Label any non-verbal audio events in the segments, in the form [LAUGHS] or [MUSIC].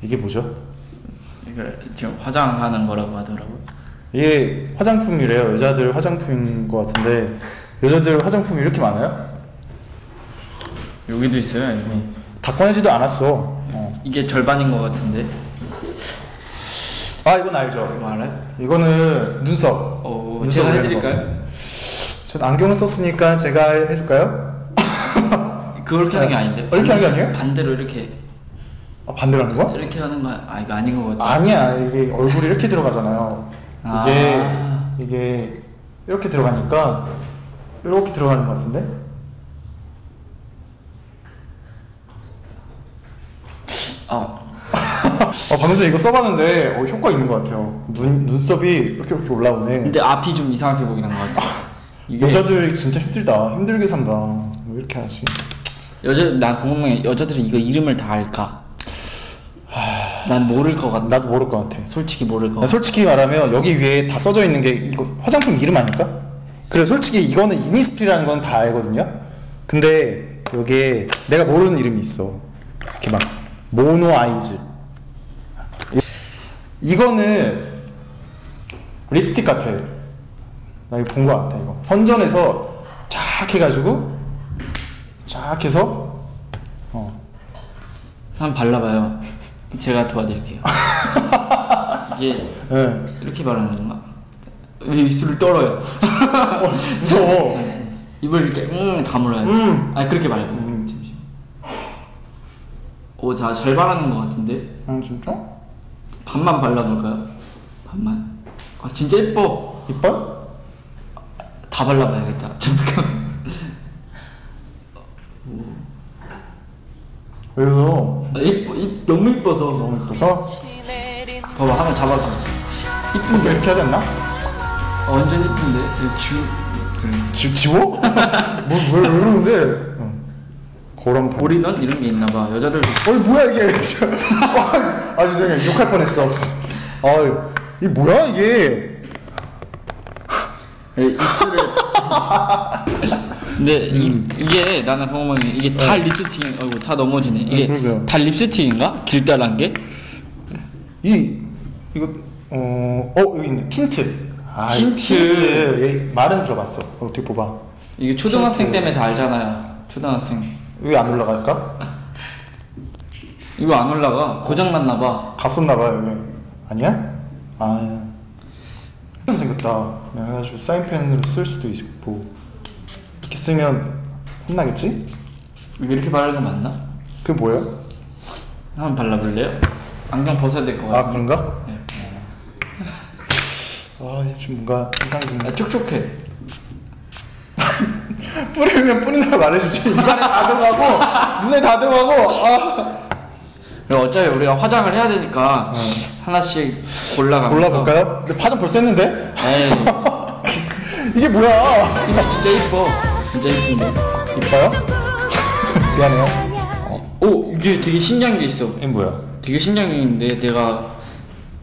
이게 뭐죠? 이거 그러니까 지금 화장하는 거라고 하더라고. 이게 화장품이래요. 여자들 화장품인 것 같은데 여자들 화장품이 이렇게 많아요? 여기도 있어요. 이거. 다 꺼내지도 않았어. 어. 이게 절반인 것 같은데. 아 이건 알죠. 이거 알아요? 이거는 눈썹. 어, 눈썹 제가 올리는 해드릴까요? 전 안경을 썼으니까 제가 해줄까요? 그렇게 하는 게 아닌데. 어, 이렇게 하는 게 아니에요? 반대로 이렇게 아, 반대로 하는 거? 이렇게 하는 거 아 이거 아닌 것 같아. 아니야. 이게 얼굴이 이렇게 들어가잖아요. 이게 아. 이게 이렇게 들어가니까 이렇게 들어가는 것 같은데? [LAUGHS] 아 어, 방금 전에 이거 써봤는데 어, 효과 있는 것 같아요. 눈 눈썹이 이렇게 이렇게 올라오네. 근데 앞이 좀 이상하게 보이는 것 같아. 이게 여자 여자들 진짜 힘들다. 힘들게 산다. 뭐 이렇게 하지. 여자 나 궁금해 여자들은 이거 이름을 다 알까? 난 모를 것 같아. 나도 모를 것 같아. 솔직히 모를 것 나 같아. 솔직히 말하면 여기 위에 다 써져 있는 게 이거 화장품 이름 아닐까? 그래 솔직히 이거는 이니스프리라는 건 다 알거든요. 근데 여기에 내가 모르는 이름이 있어. 이렇게 막 모노 아이즈. 이- 이거는 립스틱 같아. 나 이거 본 거 같아 이거. 선전에서 쫙 해가지고 쫙 해서 어 한번 발라봐요. 제가 [LAUGHS] 도와드릴게요. 이게 예. 이렇게 바르는 건가? 왜 입술을 [LAUGHS] 떨어요? 무서워. 네. 입을 이렇게 응 다물어야 돼. 음. 아니 그렇게 말고. 오, 자, 잘 바르는 것 같은데? 아 진짜? 반만 발라볼까요? 반만. 아, 진짜 예뻐. 이뻐? 다 발라봐야겠다. [LAUGHS] 잠깐. 그래서 아, 예뻐, 예- 너무 예뻐서. 너무 이뻐서 봐봐, 하나 잡아줘. 근데 이쁜데? 이렇게 하지 않나? 어, 완전 이쁜데? 이거 주. 그래. 지, [LAUGHS] 지워? 뭐, 뭐왜 이러는데? 고란판. 우리 올인원 이런 게 있나봐. 여자들도 어 뭐야 이게? [LAUGHS] 아, 아 죄송해요 욕할 뻔했어. 아이 뭐야 이게? 예, 입술을 근데 이, 게 나는 궁금한 게 이게 다 립스틱 어이구 다 넘어지네 이게 그러게요. 다 립스틱인가 길다란 게 이 이거 어어 여기 있네 틴트. 아, 이 틴트. 틴트. 얘 말은 들어봤어. 어떻게 뽑아? 이게 초등학생 때문에 다 알잖아요 초등학생 왜 안 올라갈까? 이거 안 올라가 고장 났나 봐 갔었나 봐요 여기. 아니야? 아. 좀 생겼다. 그래가지고 사인펜으로 쓸 수도 있고 이렇게 쓰면 혼나겠지? 이거 이렇게 바르는 거 맞나 그게 뭐예요? 한번 발라볼래요 안경 벗어야 될 것 아 같아 그런가? 네. 아좀 뭔가 이상해지네 아, 촉촉해 뿌리면 뿌린다고 말해주지 [LAUGHS] 입안에 다 들어가고 눈에 다 들어가고 아 그리고 어차피 우리가 화장을 해야 되니까 하나씩 골라가면서 골라볼까요? 근데 파전 벌써 했는데? [LAUGHS] 에이 이게 뭐야 이거 진짜 이뻐 진짜 이쁜데 이뻐요? 어, 미안해요 오 이게 되게 신기한 게 있어 이게 뭐야? 되게 신기한데 내가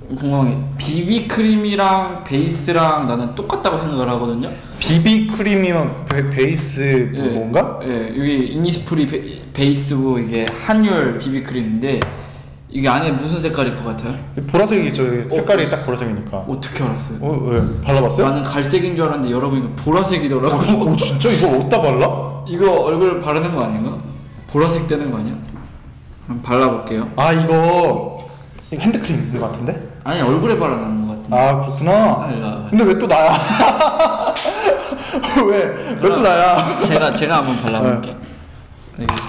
궁금한 게 비비크림이랑 베이스랑 나는 똑같다고 생각을 하거든요. 비비크림이면 베, 베이스 예. 뭔가? 예, 여기 이니스프리 베, 베이스고 이게 한율 비비크림인데 이게 안에 무슨 색깔일 것 같아요? 어. 보라색이죠 색깔이 딱 보라색이니까 어떻게 알았어요? 어? 왜? 발라봤어요? 나는 갈색인 줄 알았는데 여러분이 보라색이더라고. 오 아, 진짜 이거 어디다 발라? 이거 얼굴 바르는 거 아닌가? 보라색 되는 거 아니야? 한번 발라볼게요. 아 이거 이거 핸드크림인 것 같은데? 아니 얼굴에 바르는 것 같은데. 아 그렇구나 아, 아, 근데 왜 또 나야? [LAUGHS] 왜? 왜 또 나야? 제가 제가 한번 발라볼게. 네. 여기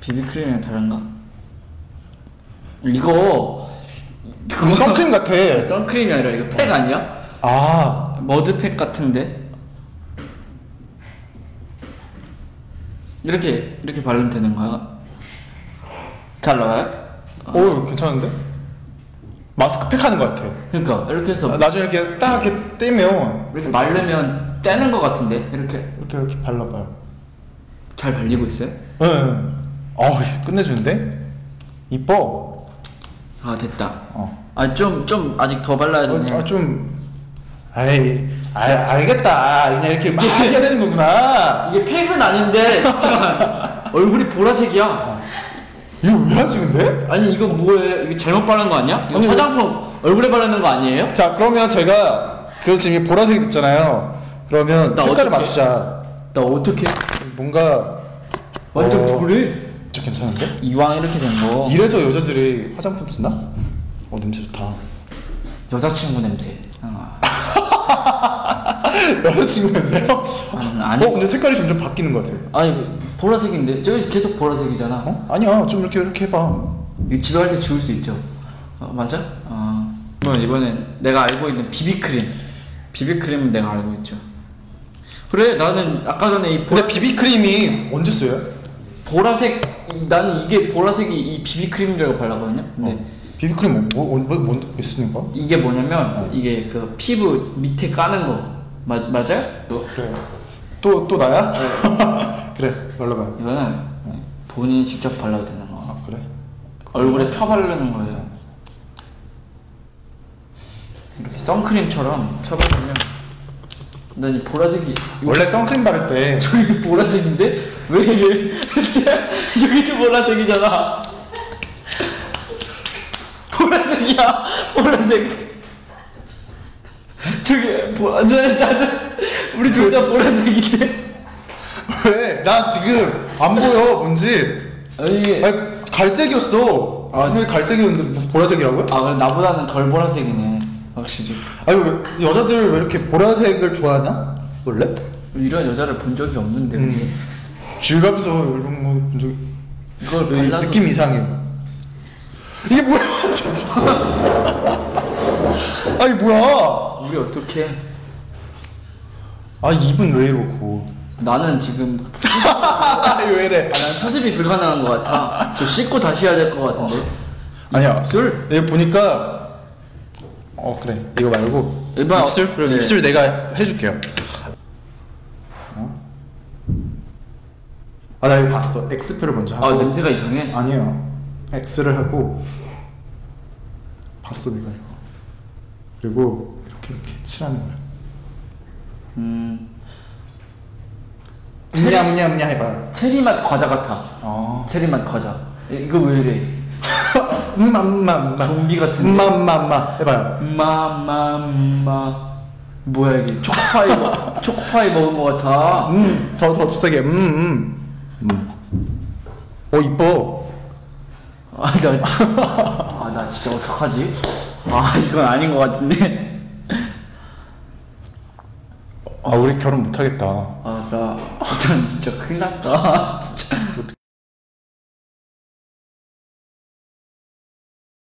비비크림이랑 다른가? 이거 그거 선크림 같아. 선크림이 아니라 이거 팩 아니야? 아, 머드팩 같은데 이렇게 이렇게 바르면 되는 거야? 잘 나와요? 오 어, 괜찮은데? 마스크팩 하는 것 같아. 그러니까 이렇게 해서 아, 나중에 이렇게 딱 이렇게 떼면 이렇게 마르면 떼는 거 같은데 이렇게 이렇게 이렇게 발라봐요. 잘 발리고 있어요? 응. 어, 끝내주는데? 이뻐. 아 됐다. 어. 아 좀 좀 아직 더 발라야 되네. 아, 좀. 아이, 아, 알겠다. 그냥 [LAUGHS] 이렇게 막 해야 되는 거구나. 이게 팩은 아닌데 잠깐 얼굴이 보라색이야. 이거 왜 하지 근데? 아니 이거 뭐예요? 이거 잘못 바른 거 아니야? 이거 아니, 왜- 화장품 얼굴에 바르는 거 아니에요? 자 그러면 제가 그 지금 이게 보라색이 됐잖아요. 그러면 나 색깔을 어떡해? 맞추자. 나 어떻게 뭔가 완전 어, 보래? 저 괜찮은데? 이왕 이렇게 된 거 이래서 여자들이 화장품 쓰나? 어 냄새 좋다. [LAUGHS] 여자친구 냄새. 아, 여자친구 냄새요? 아니, 아니. 어 근데 색깔이 점점 바뀌는 것 같아. 아니 보라색인데 저기 계속 보라색이잖아. 어? 아니야 좀 이렇게 이렇게 해봐. 이거 집에 갈 때 지울 수 있죠. 어, 맞아? 어. 그럼 이번엔 내가 알고 있는 비비크림. 비비크림은 내가 알고 있죠. 그래 나는 아까 전에 이 보라, 근데 비비크림이 언제 써요? 보라색 이- 나는 이게 보라색이 이 비비크림인 줄 알고 발라거든요. 근데 어. 비비크림 뭐뭐뭐뭐 쓰는 거야? 이게 뭐냐면 이게 그 피부 밑에 까는 거 마, 맞아요? 또 그래. 또또 나야? [LAUGHS] 그래 발라봐. 이거는 본인이 직접 발라도 되는 거. 아 그래. 얼굴에 펴 바르는 거예요. 이렇게 선크림처럼 펴 바르면 난 이 보라색이 이거 원래 선크림 바를 때 저기도 보라색인데 왜 이래? [LAUGHS] 저기도 보라색이잖아. 보라색이야, 보라색. 저기 보, 저는 나는 우리 둘 다 보라색인데. [LAUGHS] 왜? 나 지금 안 보여 뭔지. 아니 이게 아니 갈색이었어. 아. 왜 갈색이었는데 뭐 보라색이라고요? 아 그래 나보다는 덜 보라색이네 확실히. 아니 왜 여자들 왜 이렇게 보라색을 좋아하나? 원래? 이런 여자를 본 적이 없는데 근데. 질감서 이런 거본 적이. 이걸 왜 발라도- 느낌 이상해. 이게 뭐야? [LAUGHS] 진짜. 아니 뭐야? 우리 어떻게? 아 입은 왜 이러고? 나는 지금 아니 왜 이래? 아, 난 수습이 불가능한 것 같아. 저 씻고 다시 해야 될 것 같은데. 아니야. 입술? 얘 보니까 어 그래 이거 말고 이봐, 입술 그럼 네. 입술 내가 해줄게요. 어? 아 나 이거 봤어. X표를 먼저 하고 아 냄새가 이상해. 아니에요. X를 하고 봤어 내가 이거. 그리고 이렇게 이렇게 칠하는 거야. 음 체리- 음냐 음냐 음냐 해봐요. 체리 맛 과자 같아. 어. [LAUGHS] 체리 맛 과자. 이- 이거 왜 이래? 음마 음마 음마. 좀비 같은데. 음마 음마 음마 해봐요. 마마마 뭐야 이게 초코파이 먹- [LAUGHS] 초코파이 먹은 것 같아. 음더더 세게 음 음. 음. 어 이뻐. 아나 아, 나 진짜 어떡하지? 아 이건 아닌 것 같은데. 아 우리 결혼 못하겠다 아, 아나 진짜 큰일 났다. 진짜.